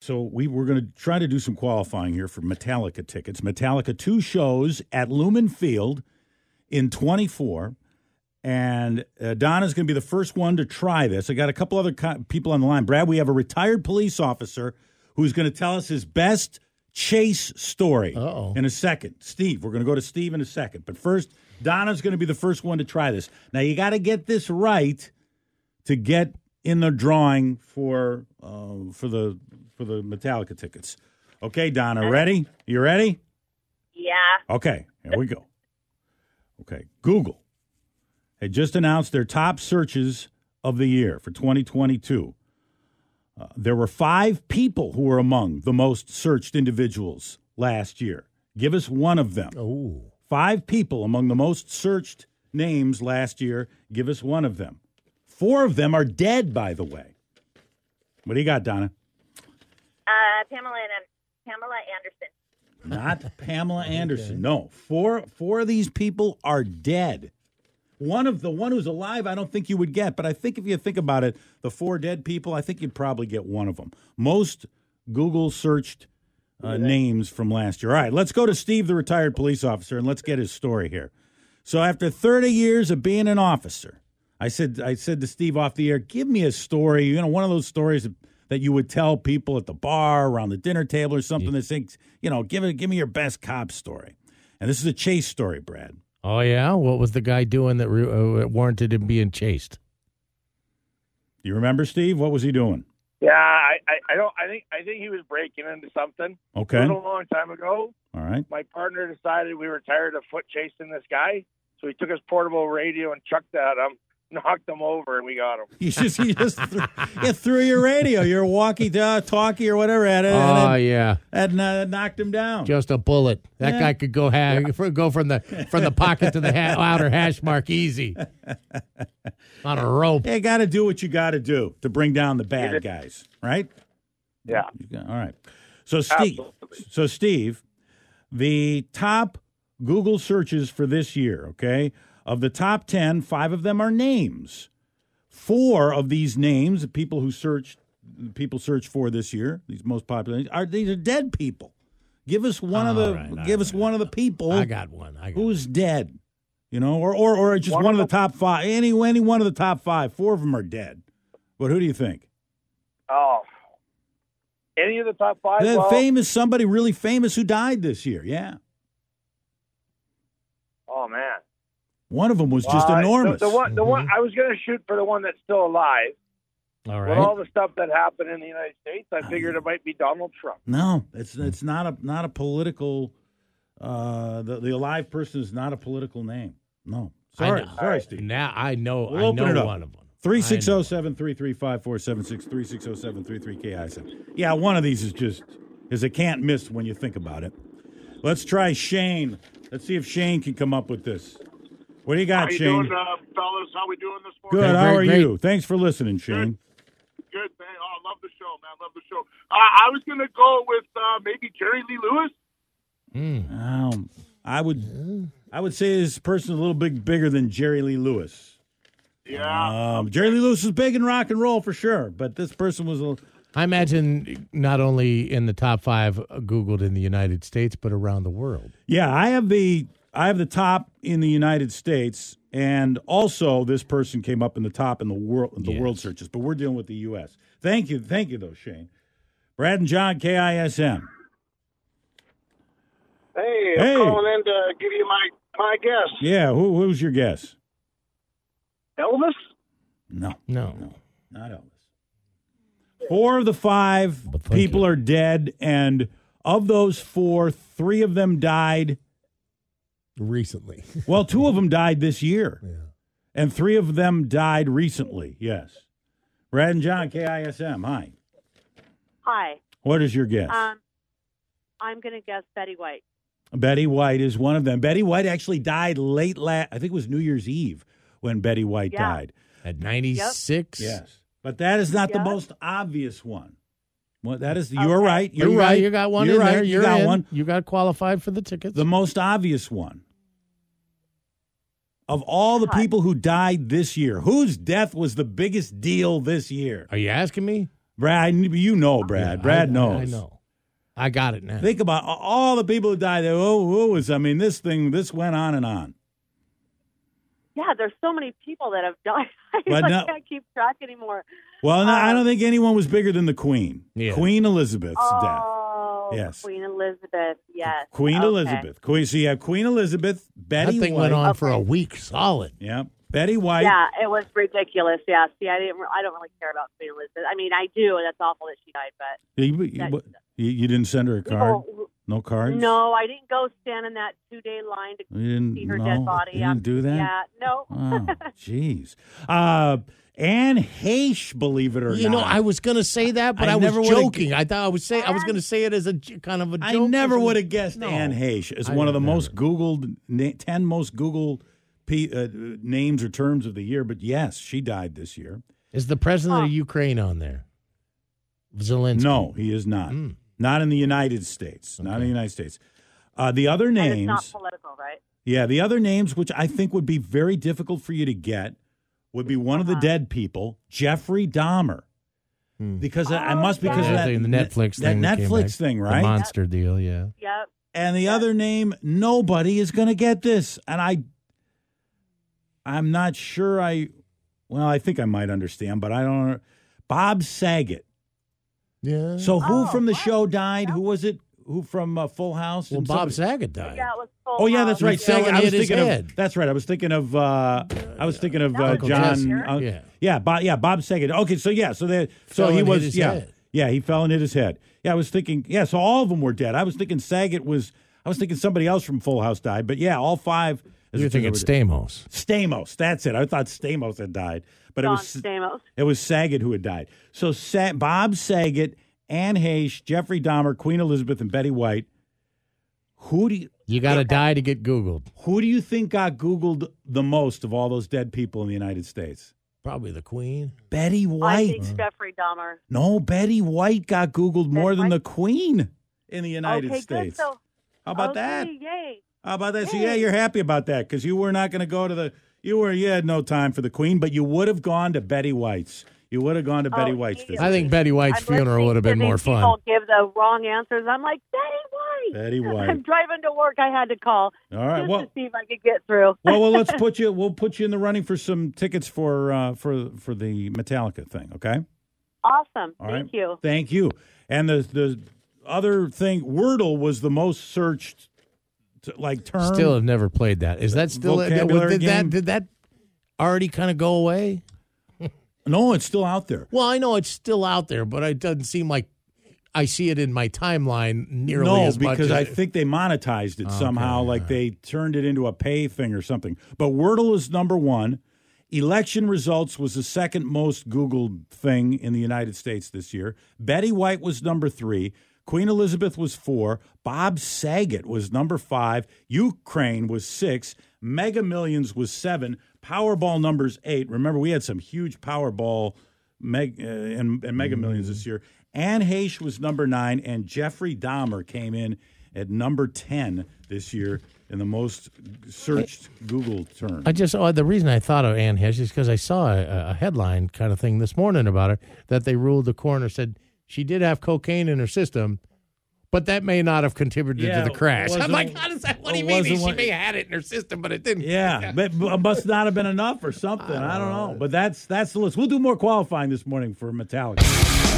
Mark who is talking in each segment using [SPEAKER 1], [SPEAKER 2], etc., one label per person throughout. [SPEAKER 1] so we we're going to try to do some qualifying here for Metallica tickets. Metallica two shows at Lumen Field in 24, and uh, Donna's going to be the first one to try this. I got a couple other co- people on the line. Brad, we have a retired police officer who's going to tell us his best chase story
[SPEAKER 2] Uh-oh.
[SPEAKER 1] in a second. Steve, we're going to go to Steve in a second, but first, Donna's going to be the first one to try this. Now you got to get this right to get in the drawing for uh, for the for the Metallica tickets. Okay, Donna, ready? You ready?
[SPEAKER 3] Yeah.
[SPEAKER 1] Okay, here we go. Okay, Google had just announced their top searches of the year for 2022. Uh, there were five people who were among the most searched individuals last year. Give us one of them.
[SPEAKER 2] Oh,
[SPEAKER 1] Five people among the most searched names last year. Give us one of them. Four of them are dead, by the way. What do you got, Donna?
[SPEAKER 3] Uh, Pamela and Pamela Anderson.
[SPEAKER 1] Not Pamela Anderson. No, four four of these people are dead. One of the one who's alive, I don't think you would get, but I think if you think about it, the four dead people, I think you'd probably get one of them. Most Google searched uh, names from last year. All right, let's go to Steve, the retired police officer, and let's get his story here. So after 30 years of being an officer, I said I said to Steve off the air, give me a story, you know, one of those stories that you would tell people at the bar, around the dinner table, or something that thinks, you know, give it, give me your best cop story. And this is a chase story, Brad.
[SPEAKER 2] oh yeah. What was the guy doing that re- uh, warranted him being chased?
[SPEAKER 1] Do you remember Steve? What was he doing?
[SPEAKER 4] Yeah, I, I, I don't. I think I think he was breaking into something.
[SPEAKER 1] Okay,
[SPEAKER 4] It was
[SPEAKER 1] all
[SPEAKER 4] a long time ago.
[SPEAKER 1] right.
[SPEAKER 4] My partner decided we were tired of foot chasing this guy, so he took his portable radio and chucked at him, knocked him over, and we got him.
[SPEAKER 1] You just you just threw, you threw your radio, your walkie uh, talkie or whatever at it,
[SPEAKER 2] Oh
[SPEAKER 1] and, it,
[SPEAKER 2] yeah,
[SPEAKER 1] and uh, knocked him down.
[SPEAKER 2] just a bullet. That
[SPEAKER 1] Yeah.
[SPEAKER 2] guy could go ha- fr- go from the from the pocket to the ha- outer hash mark easy on a rope.
[SPEAKER 1] You got to do what you got to do to bring down the bad guys, right?
[SPEAKER 4] Yeah.
[SPEAKER 1] You got- All right. So Steve, so Steve, the top Google searches for this year, okay? Of the top 10, 5 of them are names. 4 of these names, the people who searched people search for this year, these most popular names, are these are dead people. Give us one of the
[SPEAKER 2] All right, all
[SPEAKER 1] give us
[SPEAKER 2] right.
[SPEAKER 1] one of the people
[SPEAKER 2] I got one. I got
[SPEAKER 1] who's dead, you know, or or, or just one, of the top five. Any any one of the top five, four of them are dead. But who do you think?
[SPEAKER 4] Oh, any of the top five?
[SPEAKER 1] The
[SPEAKER 4] well,
[SPEAKER 1] famous somebody really famous who died this year. Yeah,
[SPEAKER 4] Oh man,
[SPEAKER 1] one of them was just
[SPEAKER 4] Uh, the-
[SPEAKER 1] enormous. Mm-hmm.
[SPEAKER 4] The, one, the one. I was going to shoot for the one that's still alive.
[SPEAKER 2] all
[SPEAKER 4] With all
[SPEAKER 2] right.
[SPEAKER 4] the stuff that happened in the United States,
[SPEAKER 1] Ah.
[SPEAKER 4] I figured it might be Donald Trump.
[SPEAKER 1] no, it's it's not a not a political. Uh, the the alive person is not a political name. No, sorry,
[SPEAKER 2] I know.
[SPEAKER 1] sorry, Steve.
[SPEAKER 2] Now I know.
[SPEAKER 1] We'll
[SPEAKER 2] I
[SPEAKER 1] open it
[SPEAKER 2] know
[SPEAKER 1] up.
[SPEAKER 2] one of them.
[SPEAKER 1] Three six oh. zero seven three three five four seven six three six zero seven three three ki seven. Yeah, one of these is just is a can't miss when you think about it. Let's try Shane. Let's see if Shane can come up with this. What do you got,
[SPEAKER 5] How you
[SPEAKER 1] Shane?
[SPEAKER 5] doing, uh, fellas? How we doing this morning?
[SPEAKER 1] Good.
[SPEAKER 2] Hey,
[SPEAKER 1] How
[SPEAKER 2] great,
[SPEAKER 1] are
[SPEAKER 2] great.
[SPEAKER 1] you? Thanks for listening, Shane.
[SPEAKER 5] Good, man. Oh, I love the show, man. Love the show. Uh, I was going to go with uh, maybe Jerry Lee Lewis.
[SPEAKER 1] Um, I would I would say this person is a little bit bigger than Jerry Lee Lewis.
[SPEAKER 5] Yeah.
[SPEAKER 1] Um, Jerry Lee Lewis was big in rock and roll for sure, but this person was a
[SPEAKER 2] I imagine not only in the top five uh, Googled in the United States, but around the world.
[SPEAKER 1] Yeah, I have the I have the top in the United States, and also this person came up in the top in the world in the
[SPEAKER 2] Yes.
[SPEAKER 1] world searches. But we're dealing with the U.S. Thank you, thank you, though, Shane. Brad and John, KISM.
[SPEAKER 5] Hey,
[SPEAKER 1] I'm Hey. calling
[SPEAKER 5] in to give you my my guess.
[SPEAKER 1] Yeah, who, who's your guess?
[SPEAKER 5] Elvis.
[SPEAKER 1] No,
[SPEAKER 2] No.
[SPEAKER 1] not Elvis. Four of the five
[SPEAKER 2] But thank
[SPEAKER 1] people
[SPEAKER 2] you.
[SPEAKER 1] are dead, and of those four, three of them died.
[SPEAKER 2] Recently.
[SPEAKER 1] Well, two of them died this year,
[SPEAKER 2] Yeah.
[SPEAKER 1] and three of them died recently. Yes, Brad and John, KISM. Hi.
[SPEAKER 3] Hi.
[SPEAKER 1] What is your guess?
[SPEAKER 3] Um, I'm going to guess Betty White.
[SPEAKER 1] Betty White is one of them. Betty White actually died late last, I think it was New Year's Eve when Betty White
[SPEAKER 3] Yeah.
[SPEAKER 1] died.
[SPEAKER 2] At 96?
[SPEAKER 1] Yes. But that is not
[SPEAKER 3] Yeah.
[SPEAKER 1] the most obvious one. Well, that is, you're right.
[SPEAKER 2] But
[SPEAKER 1] You're
[SPEAKER 2] you got-
[SPEAKER 1] right.
[SPEAKER 2] you got one
[SPEAKER 1] You're
[SPEAKER 2] in
[SPEAKER 1] right.
[SPEAKER 2] there.
[SPEAKER 1] You
[SPEAKER 2] You're
[SPEAKER 1] got
[SPEAKER 2] in.
[SPEAKER 1] one.
[SPEAKER 2] You got qualified for the tickets.
[SPEAKER 1] The most obvious one. Of all the
[SPEAKER 3] Hi.
[SPEAKER 1] people who died this year, whose death was the biggest deal this year?
[SPEAKER 2] Are you asking me?
[SPEAKER 1] Brad, you know Brad.
[SPEAKER 2] Yeah,
[SPEAKER 1] Brad
[SPEAKER 2] I-
[SPEAKER 1] knows.
[SPEAKER 2] I, know. I got it now.
[SPEAKER 1] Think about a- all the people who died. There, oh, who was? I mean, this thing, this went on and on.
[SPEAKER 3] Yeah, there's so many people that have died. I
[SPEAKER 1] But
[SPEAKER 3] like,
[SPEAKER 1] no-
[SPEAKER 3] can't keep track anymore.
[SPEAKER 1] Well, no, I
[SPEAKER 3] Um,
[SPEAKER 1] don't think anyone was bigger than the Queen.
[SPEAKER 2] Yeah.
[SPEAKER 1] Queen Elizabeth's death.
[SPEAKER 3] oh,
[SPEAKER 1] Yes.
[SPEAKER 3] Queen Elizabeth. Yes.
[SPEAKER 1] Queen
[SPEAKER 3] Okay.
[SPEAKER 1] Elizabeth. Queen. So you have Queen Elizabeth,
[SPEAKER 2] That
[SPEAKER 1] Betty
[SPEAKER 2] thing
[SPEAKER 1] White.
[SPEAKER 2] went on for
[SPEAKER 3] Okay.
[SPEAKER 2] a week solid.
[SPEAKER 1] Yeah, Betty White.
[SPEAKER 3] Yeah, it was ridiculous. Yeah. See, I didn't. re- I don't really care about Queen Elizabeth. I mean, I do. and That's awful that she died, but
[SPEAKER 1] You, you-
[SPEAKER 3] that-
[SPEAKER 1] what- you- you didn't send her a card.
[SPEAKER 3] people-
[SPEAKER 1] No cards.
[SPEAKER 3] Oh. No, I didn't go stand in that two day line to
[SPEAKER 1] You didn't.
[SPEAKER 3] see her
[SPEAKER 1] no?
[SPEAKER 3] dead body.
[SPEAKER 1] You didn't do that.
[SPEAKER 3] Yeah. No.
[SPEAKER 1] Oh, jeez. Uh, Anne Heche, believe it or not.
[SPEAKER 2] You know, I was going to say that, but
[SPEAKER 1] I
[SPEAKER 2] I,
[SPEAKER 1] never
[SPEAKER 2] was
[SPEAKER 1] would've- Ah.
[SPEAKER 2] joking. I thought I was say I was going to say it as a j- kind of a joke.
[SPEAKER 1] I
[SPEAKER 2] or
[SPEAKER 1] never
[SPEAKER 2] something.
[SPEAKER 1] would have guessed
[SPEAKER 2] No.
[SPEAKER 1] Anne Heche is
[SPEAKER 2] I
[SPEAKER 1] one of the
[SPEAKER 2] never.
[SPEAKER 1] most Googled, na- 10 most Googled pe- uh, names or terms of the year. But yes, she died this year.
[SPEAKER 2] Is the president of Ukraine on there? Zelensky.
[SPEAKER 1] Ah. No, he is not.
[SPEAKER 2] Mm.
[SPEAKER 1] Not in the United States. Not in the United States. Uh, the other
[SPEAKER 3] And it's not
[SPEAKER 1] names,
[SPEAKER 3] political, right?
[SPEAKER 1] yeah, the other names, which I think would be very difficult for you to get, would be one of
[SPEAKER 3] Uh-huh.
[SPEAKER 1] the dead people, Jeffrey Dahmer.
[SPEAKER 2] Hmm.
[SPEAKER 1] Because I I
[SPEAKER 3] Oh,
[SPEAKER 1] must because of
[SPEAKER 2] Yeah, I
[SPEAKER 1] that,
[SPEAKER 2] think the Netflix
[SPEAKER 1] that
[SPEAKER 2] thing that came
[SPEAKER 1] Netflix
[SPEAKER 2] back.
[SPEAKER 1] thing,
[SPEAKER 2] The
[SPEAKER 1] right?
[SPEAKER 2] monster deal, yeah.
[SPEAKER 3] Yep.
[SPEAKER 1] and the other name nobody is going to get this and i i'm not sure i well i think i might understand but i don't bob saget
[SPEAKER 2] Yeah.
[SPEAKER 1] so who
[SPEAKER 3] Oh,
[SPEAKER 1] from the
[SPEAKER 3] what?
[SPEAKER 1] show died who was it who from uh, full house
[SPEAKER 2] well,
[SPEAKER 1] and
[SPEAKER 2] Bob
[SPEAKER 1] somebody-
[SPEAKER 2] Saget died.
[SPEAKER 3] Yeah, it was full.
[SPEAKER 1] Oh yeah, that's
[SPEAKER 3] house.
[SPEAKER 1] right.
[SPEAKER 2] He fell
[SPEAKER 1] Saget.
[SPEAKER 2] and
[SPEAKER 1] I was
[SPEAKER 2] hit his
[SPEAKER 1] thinking
[SPEAKER 2] head.
[SPEAKER 1] of. That's right. I was thinking of. Uh, I was thinking of
[SPEAKER 3] That
[SPEAKER 1] uh,
[SPEAKER 3] was
[SPEAKER 1] John.
[SPEAKER 3] Jesse.
[SPEAKER 1] uh,
[SPEAKER 2] Yeah.
[SPEAKER 1] yeah, Bob, yeah, Bob Saget. Okay, so yeah, so they, so
[SPEAKER 2] Fell
[SPEAKER 1] he
[SPEAKER 2] and hit
[SPEAKER 1] was
[SPEAKER 2] his
[SPEAKER 1] yeah,
[SPEAKER 2] head.
[SPEAKER 1] yeah, he fell and hit his head. Yeah, I was thinking. Yeah, so all of them were dead. I was thinking Saget was. I was thinking somebody else from Full House died, but yeah, all five.
[SPEAKER 2] You're thinking Stamos.
[SPEAKER 1] Stamos. That's it. I thought Stamos had died, but
[SPEAKER 3] John
[SPEAKER 1] it was
[SPEAKER 3] Stamos.
[SPEAKER 1] it was Saget who had died. So Sa- Bob Saget, Anne Heche, Jeffrey Dahmer, Queen Elizabeth, and Betty White. Who do you?
[SPEAKER 2] You got to die to get Googled.
[SPEAKER 1] Who do you think got Googled the most of all those dead people in the United States?
[SPEAKER 2] Probably the Queen.
[SPEAKER 1] Betty
[SPEAKER 3] I
[SPEAKER 1] White.
[SPEAKER 3] think Jeffrey Dahmer.
[SPEAKER 1] No, Betty White got Googled more than
[SPEAKER 3] White?
[SPEAKER 1] the Queen in the United
[SPEAKER 3] okay,
[SPEAKER 1] States.
[SPEAKER 3] Good. So,
[SPEAKER 1] How about
[SPEAKER 3] okay,
[SPEAKER 1] that?
[SPEAKER 3] Yay.
[SPEAKER 1] How about that? So,
[SPEAKER 3] Hey.
[SPEAKER 1] yeah, you're happy about that because you were not going to go to the, you were, you had no time for the Queen, but you would have gone to Betty White's. You would have gone to
[SPEAKER 3] Oh,
[SPEAKER 1] Betty White's
[SPEAKER 3] yeah.
[SPEAKER 1] visit.
[SPEAKER 2] I think Betty White's
[SPEAKER 3] I'm
[SPEAKER 2] funeral
[SPEAKER 3] listening
[SPEAKER 2] would have been
[SPEAKER 3] to these
[SPEAKER 2] more fun.
[SPEAKER 3] People give the wrong answers. I'm like Betty White.
[SPEAKER 1] Betty White.
[SPEAKER 3] I'm driving to work. I had to call
[SPEAKER 1] All right.
[SPEAKER 3] just
[SPEAKER 1] Well,
[SPEAKER 3] to see if I could get through.
[SPEAKER 1] well, well, let's put you, we'll put you in the running for some tickets for, uh, for, for the Metallica thing. Okay.
[SPEAKER 3] Awesome.
[SPEAKER 1] All right.
[SPEAKER 3] Thank you.
[SPEAKER 1] Thank you. And the the other thing, Wordle was the most searched t- like term.
[SPEAKER 2] Still have never played that. Is that still
[SPEAKER 1] Vocabulary
[SPEAKER 2] did
[SPEAKER 1] game?
[SPEAKER 2] that did that already kind of go away?
[SPEAKER 1] no, it's still out there.
[SPEAKER 2] Well, I know it's still out there, but it doesn't seem like I see it in my timeline nearly
[SPEAKER 1] No,
[SPEAKER 2] as much.
[SPEAKER 1] because
[SPEAKER 2] as
[SPEAKER 1] I
[SPEAKER 2] it-
[SPEAKER 1] think they monetized it somehow, like they turned it into a pay thing or something. But Wordle is number one. Election results was the second most Googled thing in the United States this year. Betty White was number three. Queen Elizabeth was four. Bob Saget was number five. Ukraine was six. Mega Millions was seven. Powerball numbers eight. Remember, we had some huge Powerball meg- uh, and, and Mega Millions this year. Anne Heche was number nine, and Jeffrey Dahmer came in at number 10 this year in the most searched Google term.
[SPEAKER 2] I just oh, the reason I thought of Anne Hesh is because I saw a, a headline kind of thing this morning about her that they ruled the coroner said she did have cocaine in her system, but that may not have contributed
[SPEAKER 1] Yeah,
[SPEAKER 2] to the crash. I'm
[SPEAKER 1] wasn't-
[SPEAKER 2] like, how does that? What do you
[SPEAKER 1] it
[SPEAKER 2] mean?
[SPEAKER 1] wasn't
[SPEAKER 2] She
[SPEAKER 1] what-
[SPEAKER 2] may have had it in her system, but it didn't.
[SPEAKER 1] Yeah, but but it must not have been enough or something. I don't know. But that's that's the list. We'll do more qualifying this morning for Metallica.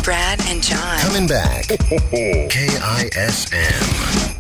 [SPEAKER 6] Brad and John.
[SPEAKER 7] Coming back. KISM.